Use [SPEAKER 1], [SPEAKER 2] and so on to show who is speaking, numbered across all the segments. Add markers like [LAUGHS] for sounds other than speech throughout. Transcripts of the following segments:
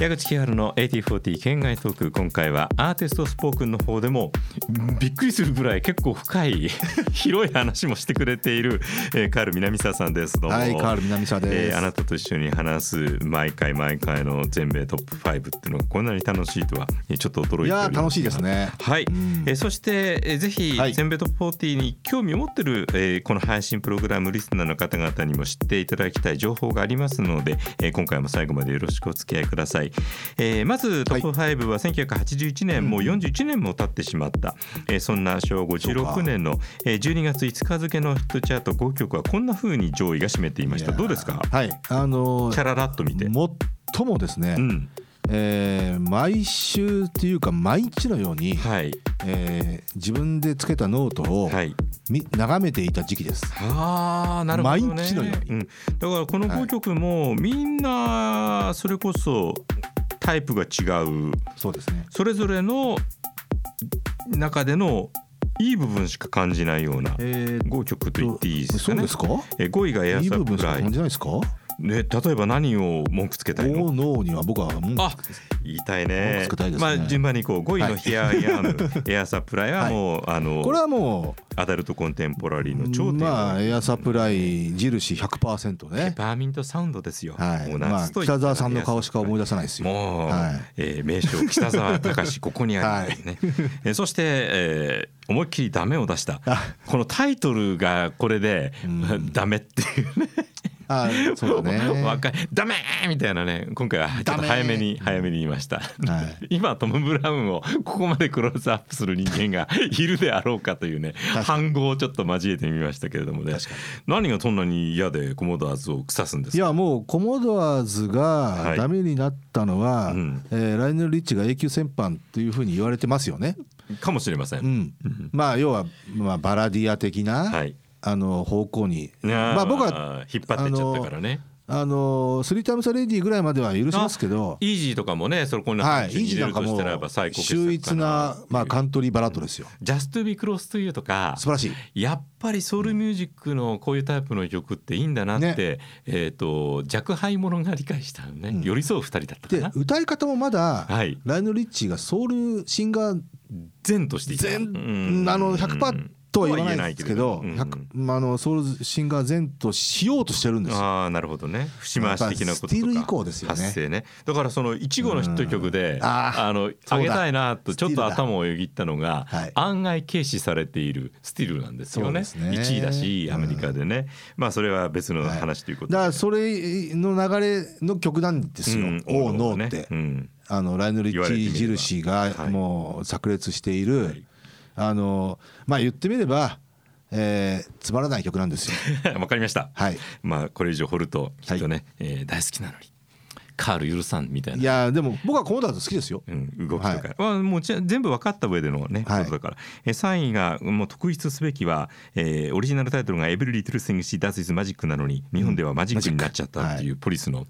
[SPEAKER 1] 矢口清春の AT40 県外トーク今回はアーティストスポークンの方でもうんびっくりするぐらい結構深い [LAUGHS] 広い話もしてくれている、えー、カール南沢さんですどうも
[SPEAKER 2] はい、カール南沢で
[SPEAKER 1] え
[SPEAKER 2] す。
[SPEAKER 1] ーあなたと一緒に話す毎回毎回の全米トップ5っていうのがこんなに楽しいとはえーちょっと驚いてお
[SPEAKER 2] い
[SPEAKER 1] ります
[SPEAKER 2] やー、楽しいですね。
[SPEAKER 1] はい、
[SPEAKER 2] ん
[SPEAKER 1] えーそして、えーぜひ
[SPEAKER 2] はい
[SPEAKER 1] 全米トップ40に興味を持ってる、えーこの配信プログラムリスナーの方々にも知っていただきたい情報がありますので、えー今回も最後までよろしくお付き合いください、えーまずトップ5は1981年、もう41年も経ってしまった、えーそんな昭和56年の、えー12月5日付のヒットチャート5曲はこんな風に上位が占めていましたどうですか
[SPEAKER 2] はい、あのー
[SPEAKER 1] キャララッと見て、
[SPEAKER 2] 最もですね、
[SPEAKER 1] うん、
[SPEAKER 2] えー毎週っていうか毎日のように、
[SPEAKER 1] はい
[SPEAKER 2] えー自分でつけたノートを、
[SPEAKER 1] はい
[SPEAKER 2] み眺めていた時期です。
[SPEAKER 1] あーなるほどね
[SPEAKER 2] 毎日のように
[SPEAKER 1] ん、だからこの
[SPEAKER 2] はい
[SPEAKER 1] 5曲もみんなそれこそタイプが違う
[SPEAKER 2] そうですね。
[SPEAKER 1] それぞれの中でのいい部分しか感じないような
[SPEAKER 2] えー
[SPEAKER 1] 5曲と言っていいです
[SPEAKER 2] そ
[SPEAKER 1] か
[SPEAKER 2] う
[SPEAKER 1] ね
[SPEAKER 2] ですか？
[SPEAKER 1] え5位がエア
[SPEAKER 2] いい
[SPEAKER 1] サ
[SPEAKER 2] 部分
[SPEAKER 1] プ
[SPEAKER 2] しか
[SPEAKER 1] ライ、
[SPEAKER 2] 感
[SPEAKER 1] ね、
[SPEAKER 2] じないですか？お
[SPEAKER 1] 例えば何を文句つけたいの
[SPEAKER 2] ーノーには僕はもう
[SPEAKER 1] あ言いたい
[SPEAKER 2] 文
[SPEAKER 1] ね
[SPEAKER 2] 句つけたいです
[SPEAKER 1] ま
[SPEAKER 2] ね
[SPEAKER 1] あ順番にこう5位の「ヒアイア
[SPEAKER 2] [LAUGHS]
[SPEAKER 1] ム」エアサプライ」はもう、あの
[SPEAKER 2] これはも
[SPEAKER 1] アダルトコンテンポラリー
[SPEAKER 2] う
[SPEAKER 1] の頂点を
[SPEAKER 2] まあエアサプライ印100%ね。
[SPEAKER 1] バーミントサウンドですよ。
[SPEAKER 2] はい。
[SPEAKER 1] もう
[SPEAKER 2] まあ
[SPEAKER 1] 夏と言ったら
[SPEAKER 2] 北澤さんの顔しか思い出さないですよ。
[SPEAKER 1] もう、
[SPEAKER 2] はい
[SPEAKER 1] えー名称北沢隆ここにあります
[SPEAKER 2] [LAUGHS]
[SPEAKER 1] ね。えーそして、えー思いっきりダメを出した
[SPEAKER 2] あ
[SPEAKER 1] このタイトルがこれで
[SPEAKER 2] うん
[SPEAKER 1] ダメっていうね。
[SPEAKER 2] [LAUGHS] あそうだね。
[SPEAKER 1] 若いダメーみたいなね今回はちょっと早めに早めに言いました。
[SPEAKER 2] はい
[SPEAKER 1] 今トム・ブラウンをここまでクローズアップする人間
[SPEAKER 2] [LAUGHS]
[SPEAKER 1] がいるであろうかというね
[SPEAKER 2] 確か
[SPEAKER 1] 反語をちょっと交えてみましたけれどもね
[SPEAKER 2] 確か
[SPEAKER 1] 何がそんなに嫌でコモドアーズを腐すんです
[SPEAKER 2] い
[SPEAKER 1] か
[SPEAKER 2] やもうコモドアーズ
[SPEAKER 1] は
[SPEAKER 2] が
[SPEAKER 1] い
[SPEAKER 2] ダメになったのは、
[SPEAKER 1] うん
[SPEAKER 2] えーライオネル・リッチが永久戦犯というふうに言われてますよね。
[SPEAKER 1] かもしれません。
[SPEAKER 2] うん、まあ要は、まあ、バラディア的な、
[SPEAKER 1] はい。
[SPEAKER 2] あの方向に
[SPEAKER 1] いやー
[SPEAKER 2] まあ僕は
[SPEAKER 1] 引っ張ってっちゃったからね。
[SPEAKER 2] あのスリータイムサレディぐらいまでは許しますけど、
[SPEAKER 1] イージーとかもね、それこんな
[SPEAKER 2] は
[SPEAKER 1] 感
[SPEAKER 2] い、イ
[SPEAKER 1] じに入
[SPEAKER 2] ージー
[SPEAKER 1] れ
[SPEAKER 2] なん
[SPEAKER 1] る
[SPEAKER 2] か
[SPEAKER 1] とし
[SPEAKER 2] も
[SPEAKER 1] たらば最高傑作
[SPEAKER 2] 秀逸な、まあ、カントリーバラードですよ。
[SPEAKER 1] ジャストビクロスというとか
[SPEAKER 2] 素。晴らしい。
[SPEAKER 1] やっぱりソウルミュージックのこういうタイプの曲っていいんだなって、えっ、と弱敗者が理解したのね、
[SPEAKER 2] うん
[SPEAKER 1] 寄り添う二人だったか
[SPEAKER 2] で
[SPEAKER 1] な
[SPEAKER 2] 歌い方もまだ、
[SPEAKER 1] はい
[SPEAKER 2] ライオネル・リッチがソウルシンガー
[SPEAKER 1] 善としていた
[SPEAKER 2] 全
[SPEAKER 1] うん
[SPEAKER 2] あの100%とは言わないですけど
[SPEAKER 1] とは言えないけれど
[SPEAKER 2] 100まああのソウルシンガー全としようとしてるんですよ。
[SPEAKER 1] ああなるほどね節回し的なこととか
[SPEAKER 2] やっぱスティール以降ですよね
[SPEAKER 1] 発声ねだからその1号のヒット曲で、
[SPEAKER 2] うんあー
[SPEAKER 1] あの
[SPEAKER 2] そうだ
[SPEAKER 1] 上げたいなとちょっ
[SPEAKER 2] スティ
[SPEAKER 1] と
[SPEAKER 2] ールだ
[SPEAKER 1] 頭をよぎったのが、
[SPEAKER 2] はい
[SPEAKER 1] 案外軽視されているスティールなんですよね
[SPEAKER 2] そうですね
[SPEAKER 1] 1位だしアメリカでね、まあそれは別の話ということで、
[SPEAKER 2] だからそれの流れの曲なんですよ
[SPEAKER 1] うん
[SPEAKER 2] 「おうノー」っ
[SPEAKER 1] ね
[SPEAKER 2] て、
[SPEAKER 1] うん
[SPEAKER 2] あのライノリ
[SPEAKER 1] 言わ
[SPEAKER 2] ッ
[SPEAKER 1] れてみれば
[SPEAKER 2] チ印
[SPEAKER 1] は
[SPEAKER 2] が
[SPEAKER 1] い
[SPEAKER 2] もう炸裂している、
[SPEAKER 1] はい
[SPEAKER 2] あのまあ言ってみれば、えーつまらない曲なんですよ。
[SPEAKER 1] [LAUGHS] わかりました。
[SPEAKER 2] はい、
[SPEAKER 1] まあこれ以上掘るときっとね、えー大好きなのにカール許さんみたい
[SPEAKER 2] い
[SPEAKER 1] な。
[SPEAKER 2] やでも僕はコモダーズ好きですよ。
[SPEAKER 1] うん、動きとか、
[SPEAKER 2] はい
[SPEAKER 1] まあ、もうち全部分かった上でのね、
[SPEAKER 2] はい
[SPEAKER 1] ことだから、えー、3位がもう特筆すべきは、えーオリジナルタイトルが「エブリリトルスイングシーダースイズマジック」なのに日本ではマジックになっちゃったっていうポリスの、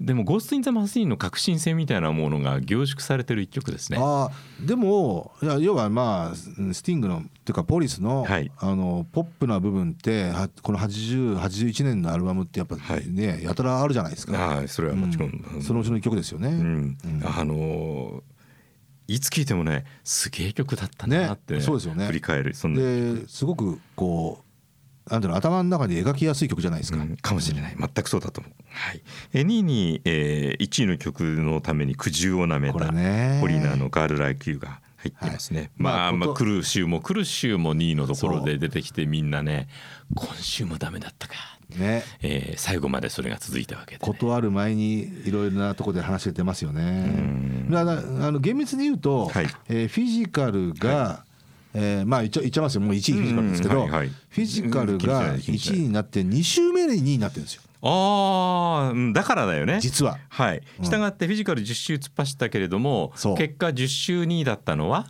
[SPEAKER 1] でも「ゴースト・イン・ザ・マスイン」の革新性みたいなものが凝縮されてる一曲ですね。
[SPEAKER 2] あーでもいや要はまあスティングのっていうかポリスの,、
[SPEAKER 1] はい
[SPEAKER 2] あのポップな部分ってはこの8081年のアルバムってやっぱ
[SPEAKER 1] はい
[SPEAKER 2] ね、やたらあるじゃないですか、
[SPEAKER 1] はい、それはもちろん、
[SPEAKER 2] うんそのうちの一曲ですよね。
[SPEAKER 1] うん
[SPEAKER 2] うん
[SPEAKER 1] あのーいつ聴いてもねすげえ曲だったなって、
[SPEAKER 2] ねそうですよね
[SPEAKER 1] 振り返るそんな
[SPEAKER 2] ですごくこうなんていうの頭の中に描きやすい曲じゃないですか、
[SPEAKER 1] うんかもしれない全くそうだと思う、はい、え2位に、え1位の曲のために苦渋をなめた
[SPEAKER 2] これね
[SPEAKER 1] ポリーナの「ガール・ライキュー」が入ってますね、ま
[SPEAKER 2] ま
[SPEAKER 1] あ
[SPEAKER 2] あ
[SPEAKER 1] まあ
[SPEAKER 2] こと
[SPEAKER 1] 来る週も来る週も2位のところで出てきてみんなね今週もダメだったか、
[SPEAKER 2] ね
[SPEAKER 1] えー最後までそれが続いたわけで、ね、
[SPEAKER 2] 断る前にいろいろなところで話が出ますよね
[SPEAKER 1] う。ん
[SPEAKER 2] だからあの厳密に言うと、
[SPEAKER 1] はい
[SPEAKER 2] えーフィジカルが、えーまあ言っちゃ言っちゃいますよもう1位フィジカルですけど、
[SPEAKER 1] うんはいはい
[SPEAKER 2] フィジカル
[SPEAKER 1] う
[SPEAKER 2] が
[SPEAKER 1] ん気にしない気にしない
[SPEAKER 2] 1位になって2週目で2位になってるんですよ
[SPEAKER 1] ああだからだよね
[SPEAKER 2] 実は。
[SPEAKER 1] はい、
[SPEAKER 2] うん
[SPEAKER 1] したがってフィジカル10周突っ走ったけれども
[SPEAKER 2] そう
[SPEAKER 1] 結果10周2位だったのは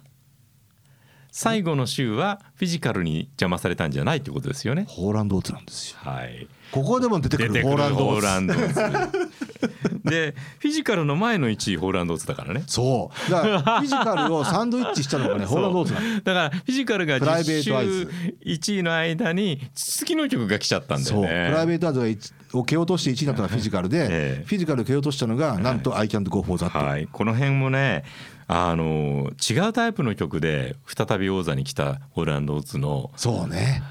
[SPEAKER 1] 最後の週はフィジカルに邪魔されたんじゃないってことですよね。
[SPEAKER 2] ホーランドオーツなんですよ。
[SPEAKER 1] はい、
[SPEAKER 2] ここでも出てく
[SPEAKER 1] 出てくる
[SPEAKER 2] るホーランド
[SPEAKER 1] ホ
[SPEAKER 2] オ
[SPEAKER 1] ー
[SPEAKER 2] ッズ
[SPEAKER 1] ランドオッズでフィジカルの前の1位ホーランドオッズだからね
[SPEAKER 2] そうだからフィジカルをサンドイッチしたのが
[SPEAKER 1] [LAUGHS]
[SPEAKER 2] ね
[SPEAKER 1] そ
[SPEAKER 2] ホ
[SPEAKER 1] う
[SPEAKER 2] ーランドオーツなの
[SPEAKER 1] だからフィジカルが
[SPEAKER 2] プライベ
[SPEAKER 1] 10
[SPEAKER 2] ートアイズ
[SPEAKER 1] 1位の間に次の曲が来ちゃったんだ
[SPEAKER 2] そ
[SPEAKER 1] よ
[SPEAKER 2] う
[SPEAKER 1] ね
[SPEAKER 2] プライベートアートが一を蹴落として1位になったのがフィジカルで、
[SPEAKER 1] ええ
[SPEAKER 2] フィジカルを蹴落としたのがなんと「I can't go for that」
[SPEAKER 1] はい、この辺もねあの違うタイプの曲で再び王座に来たホーランド・オッズの
[SPEAKER 2] そうね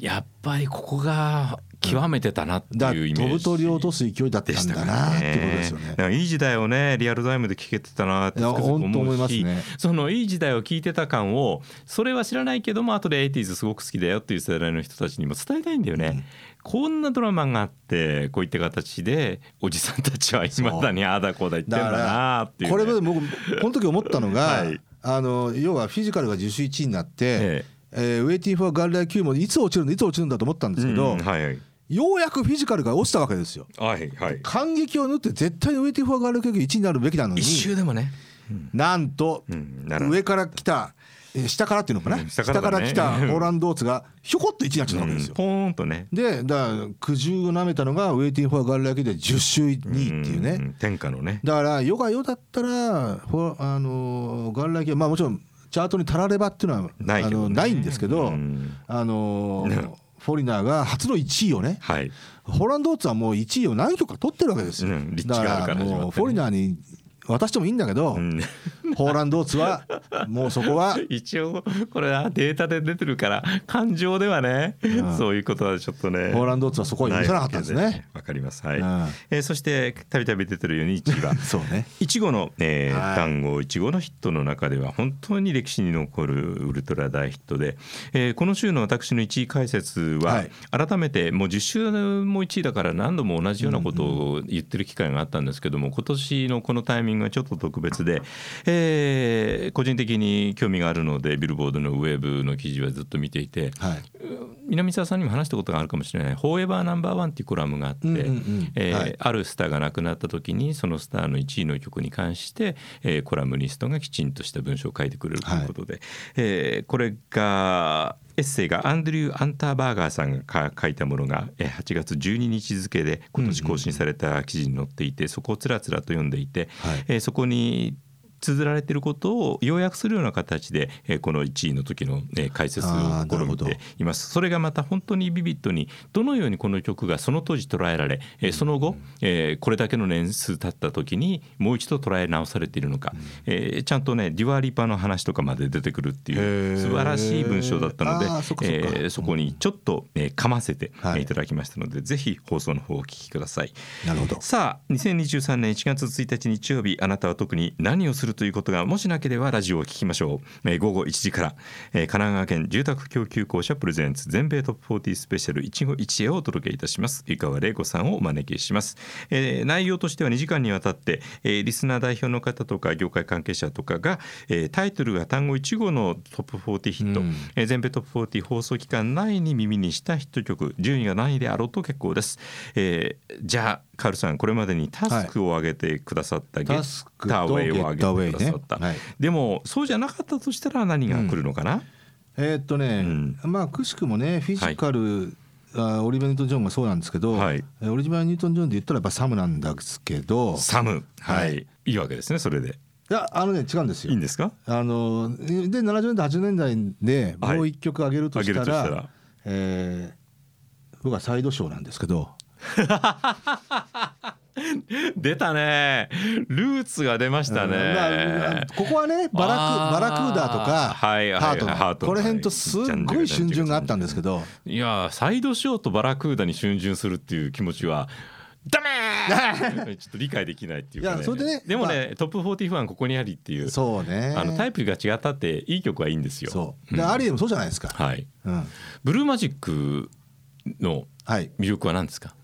[SPEAKER 1] やっぱりここが極めてたなって
[SPEAKER 2] だ
[SPEAKER 1] いうイメージ、
[SPEAKER 2] 飛ぶ鳥を落とす勢いだった
[SPEAKER 1] で
[SPEAKER 2] ん
[SPEAKER 1] した
[SPEAKER 2] だ
[SPEAKER 1] から
[SPEAKER 2] なって
[SPEAKER 1] ね
[SPEAKER 2] いうことですよね
[SPEAKER 1] だ。からいい時代をねリアルタイムで聴けてたなって
[SPEAKER 2] い
[SPEAKER 1] つ
[SPEAKER 2] や
[SPEAKER 1] くづく
[SPEAKER 2] 本当
[SPEAKER 1] 思
[SPEAKER 2] 思
[SPEAKER 1] う
[SPEAKER 2] います
[SPEAKER 1] し
[SPEAKER 2] ね。
[SPEAKER 1] そのいい時代を聞いてた感をそれは知らないけども後で 80s すごく好きだよっていう世代の人たちにも伝えたいんだよね、こんなドラマがあってこういった形でおじさんたちはいま [LAUGHS] だにああだこうだ言ってんだなっていう、ね、
[SPEAKER 2] これまで僕この時思ったのが、
[SPEAKER 1] はい
[SPEAKER 2] あの要はフィジカルが10周1位になって、
[SPEAKER 1] え
[SPEAKER 2] えーウェイティング・フォー・ガンライ Q もいつ落ちるんだいつ落ちるんだと思ったんですけど、
[SPEAKER 1] うんはいはい
[SPEAKER 2] ようやくフィジカルが落ちたわけですよ。
[SPEAKER 1] はいはい
[SPEAKER 2] 感激を縫って絶対にウェイティング・フォー・ガンライ Q が1位になるべきなのに
[SPEAKER 1] 一周でもね、
[SPEAKER 2] なんと、
[SPEAKER 1] うんならない
[SPEAKER 2] 上から来たえー下からっていうのかな、
[SPEAKER 1] うん下
[SPEAKER 2] 下
[SPEAKER 1] からだね
[SPEAKER 2] から来たホーランドーツがひょこっと1位になっちゃったわけですよ。
[SPEAKER 1] ポーンとね
[SPEAKER 2] でだから苦渋をなめたのが「ウェイティング・フォー・ガンライ Q」で10周2位っていうね。
[SPEAKER 1] ん天下のね
[SPEAKER 2] だから世が世だったらほあのー元来系まあもちろんチャートにたらればっていうのは
[SPEAKER 1] ないけ
[SPEAKER 2] あ
[SPEAKER 1] どね
[SPEAKER 2] のないんですけど、
[SPEAKER 1] うん
[SPEAKER 2] あ
[SPEAKER 1] [LAUGHS]
[SPEAKER 2] のー
[SPEAKER 1] ね
[SPEAKER 2] フォリナーが初の1位をね
[SPEAKER 1] はい
[SPEAKER 2] ホランドーツはもう1位を何曲か取ってるわけですよ、
[SPEAKER 1] うん立地が
[SPEAKER 2] だ
[SPEAKER 1] ある
[SPEAKER 2] か
[SPEAKER 1] からら始まってね
[SPEAKER 2] もうフォリナーに渡してもいいんだけど、
[SPEAKER 1] うん
[SPEAKER 2] ホーランドー
[SPEAKER 1] [LAUGHS]
[SPEAKER 2] ツはもうそこは
[SPEAKER 1] 一応これはデータで出てるから感情ではね、
[SPEAKER 2] うん
[SPEAKER 1] そういうことはちょっとね
[SPEAKER 2] ホーランドーツはそこは許さなかったんです
[SPEAKER 1] ないわけ
[SPEAKER 2] ね。
[SPEAKER 1] わかりますはい、
[SPEAKER 2] うん
[SPEAKER 1] えーそしてたびたび出てるように1位は
[SPEAKER 2] そうね
[SPEAKER 1] いちごの、えー
[SPEAKER 2] はい
[SPEAKER 1] 単語いちごのヒットの中では本当に歴史に残るウルトラ大ヒットで、えーこの週の私の1位解説は
[SPEAKER 2] はい
[SPEAKER 1] 改めてもう10週も1位だから何度も同じようなことを言ってる機会があったんですけども今年のこのタイミングがちょっと特別で、えー個人的に興味があるのでビルボードのウェブの記事はずっと見ていて
[SPEAKER 2] はい
[SPEAKER 1] 南沢さんにも話したことがあるかもしれない「フォーエバーナンバーワン」っていうコラムがあって、
[SPEAKER 2] うんうんうん
[SPEAKER 1] えー
[SPEAKER 2] はい
[SPEAKER 1] あるスターが亡くなった時にそのスターの1位の曲に関して、えーコラムニストがきちんとした文章を書いてくれるということで、えーこれがエッセイがアンドリュー・アンターバーガーさんがか書いたものがえー8月12日付で今年更新された記事に載っていて、そこをつらつらと読んでいて、
[SPEAKER 2] はい
[SPEAKER 1] えーそこに綴られていることを要約するような形で、えーこの1位の時の、えー解説を
[SPEAKER 2] あーな
[SPEAKER 1] 試
[SPEAKER 2] る
[SPEAKER 1] み
[SPEAKER 2] ほど
[SPEAKER 1] ていますそれがまた本当にビビッドにどのようにこの曲がその当時捉えられ、えーその後、えーこれだけの年数経った時にもう一度捉え直されているのか、えーちゃんとねデュアリパの話とかまで出てくるってい
[SPEAKER 2] へ
[SPEAKER 1] う
[SPEAKER 2] ー
[SPEAKER 1] 素晴らしい文章だったので
[SPEAKER 2] あーそっかそっ
[SPEAKER 1] え
[SPEAKER 2] か
[SPEAKER 1] ーそこにちょっと、えー、かませて、
[SPEAKER 2] はい
[SPEAKER 1] えーいただきましたのでぜひ放送の方をお聞きください。
[SPEAKER 2] なるほど
[SPEAKER 1] さあ2023年1月1日日曜日あなたは特に何をするということがもしなければラジオを聞きましょう、えー午後1時から、えー神奈川県住宅供給公社プレゼンツ全米トップ40スペシャル一期一会をお届けいたします湯川玲子さんをお招きします、えー内容としては2時間にわたって、えーリスナー代表の方とか業界関係者とかが、えータイトルが単語1号のトップ40ヒット、
[SPEAKER 2] うん
[SPEAKER 1] えー全米トップ40放送期間内に耳にしたヒット曲順位が何位であろうと結構です、えーじゃあカールさんこれまでにタスクを上げてくださった、ゲ
[SPEAKER 2] タスク
[SPEAKER 1] ッターウ
[SPEAKER 2] と
[SPEAKER 1] ェイ
[SPEAKER 2] ゲ
[SPEAKER 1] を
[SPEAKER 2] ッターウ
[SPEAKER 1] 上
[SPEAKER 2] ェ
[SPEAKER 1] げ
[SPEAKER 2] イ
[SPEAKER 1] てくだ
[SPEAKER 2] ね
[SPEAKER 1] さった、
[SPEAKER 2] はい
[SPEAKER 1] でもそうじゃなかったとしたら何が来るのかな、
[SPEAKER 2] えーっとね、
[SPEAKER 1] うん
[SPEAKER 2] まあくしくもねフィジカル、あオリバー・ニュートン・ジョンがそうなんですけど、
[SPEAKER 1] はい
[SPEAKER 2] えーオリバー・ニュートン・ジョンで言ったらやっぱサムなんですけど
[SPEAKER 1] サムはい、、
[SPEAKER 2] はい
[SPEAKER 1] いわけですねそれで
[SPEAKER 2] いやあのね違うんですよ
[SPEAKER 1] いいんですか
[SPEAKER 2] あので70年代80年代で
[SPEAKER 1] はい
[SPEAKER 2] もう一曲上げるとした
[SPEAKER 1] 上
[SPEAKER 2] ら,、
[SPEAKER 1] げるとしたら
[SPEAKER 2] えー僕はサイドショーなんですけど
[SPEAKER 1] 出たねルーツが出ましたね、
[SPEAKER 2] うんまあここはねバラ
[SPEAKER 1] あー
[SPEAKER 2] クバラクーダーとか
[SPEAKER 1] はいはい
[SPEAKER 2] ハート
[SPEAKER 1] ハート
[SPEAKER 2] この辺とすっごい春巡があったんですけど
[SPEAKER 1] いやーサイドショーとバラクーダに逡巡するっていう気持ちはダメ
[SPEAKER 2] [LAUGHS]
[SPEAKER 1] ーちょっと理解できないっていうか、ね、
[SPEAKER 2] いやそれでね
[SPEAKER 1] もね、トップ40ファンここにありっていう
[SPEAKER 2] そうね
[SPEAKER 1] あのタイプが違ったっていい曲はいいんですよ。
[SPEAKER 2] そうでアリエもそうじゃないですか、
[SPEAKER 1] はい、
[SPEAKER 2] うん、
[SPEAKER 1] ブルーマジックの
[SPEAKER 2] はい
[SPEAKER 1] 魅力は何ですか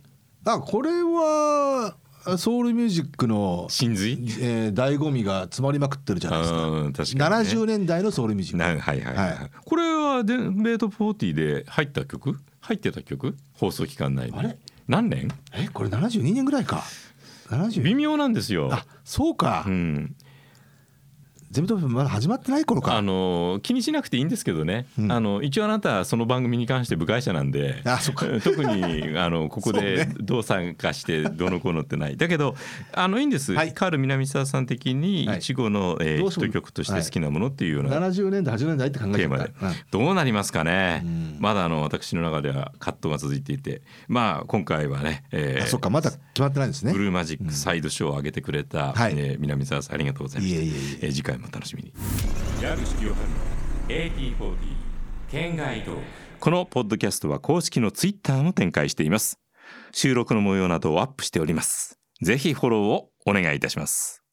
[SPEAKER 2] あこれはソウルミュージックの、
[SPEAKER 1] 真髄
[SPEAKER 2] えー、醍醐味が詰まりまくってるじゃないですか
[SPEAKER 1] うん確かに、ね、
[SPEAKER 2] 70年代のソウルミュージック
[SPEAKER 1] なはいはいはい、
[SPEAKER 2] はい
[SPEAKER 1] これはでベート40で入った曲入ってた曲放送期間内で
[SPEAKER 2] あれ
[SPEAKER 1] 何年
[SPEAKER 2] えこれ72年ぐらいか
[SPEAKER 1] 微
[SPEAKER 2] 70
[SPEAKER 1] 妙なんですよ。
[SPEAKER 2] あそうか、
[SPEAKER 1] うん、
[SPEAKER 2] ゼミトップまだ始まってない頃
[SPEAKER 1] あ
[SPEAKER 2] か
[SPEAKER 1] の気にしなくていいんですけどね、
[SPEAKER 2] うん
[SPEAKER 1] あの一応あなたその番組に関して部外者なんで
[SPEAKER 2] あそっか
[SPEAKER 1] [LAUGHS] 特にあのここで
[SPEAKER 2] そうね
[SPEAKER 1] どう参加してどうのこうのってないだけどあのいいんです、
[SPEAKER 2] はい
[SPEAKER 1] カール南沢さん的に
[SPEAKER 2] はい
[SPEAKER 1] いちごの、えー
[SPEAKER 2] どう
[SPEAKER 1] ヒ
[SPEAKER 2] す
[SPEAKER 1] ッ
[SPEAKER 2] る
[SPEAKER 1] ト曲として好きなものっていうような、
[SPEAKER 2] 70年代80年代って考え
[SPEAKER 1] テ
[SPEAKER 2] て
[SPEAKER 1] ーマで
[SPEAKER 2] た、
[SPEAKER 1] どうなりますかね、
[SPEAKER 2] うん
[SPEAKER 1] まだあの私の中では葛藤が続いていてまあ今回はね、え
[SPEAKER 2] うん
[SPEAKER 1] ー
[SPEAKER 2] あそっかまだ決まってないんですね
[SPEAKER 1] ブルーマジックサイドショーを上げてくれた、
[SPEAKER 2] はい
[SPEAKER 1] えー南沢さんありがとうございました
[SPEAKER 2] いえいえい
[SPEAKER 1] えー次回も楽しみにこのポッドキャストは公式のツイッターも展開しています収録の模様などをアップしておりますぜひフォローをお願いいたします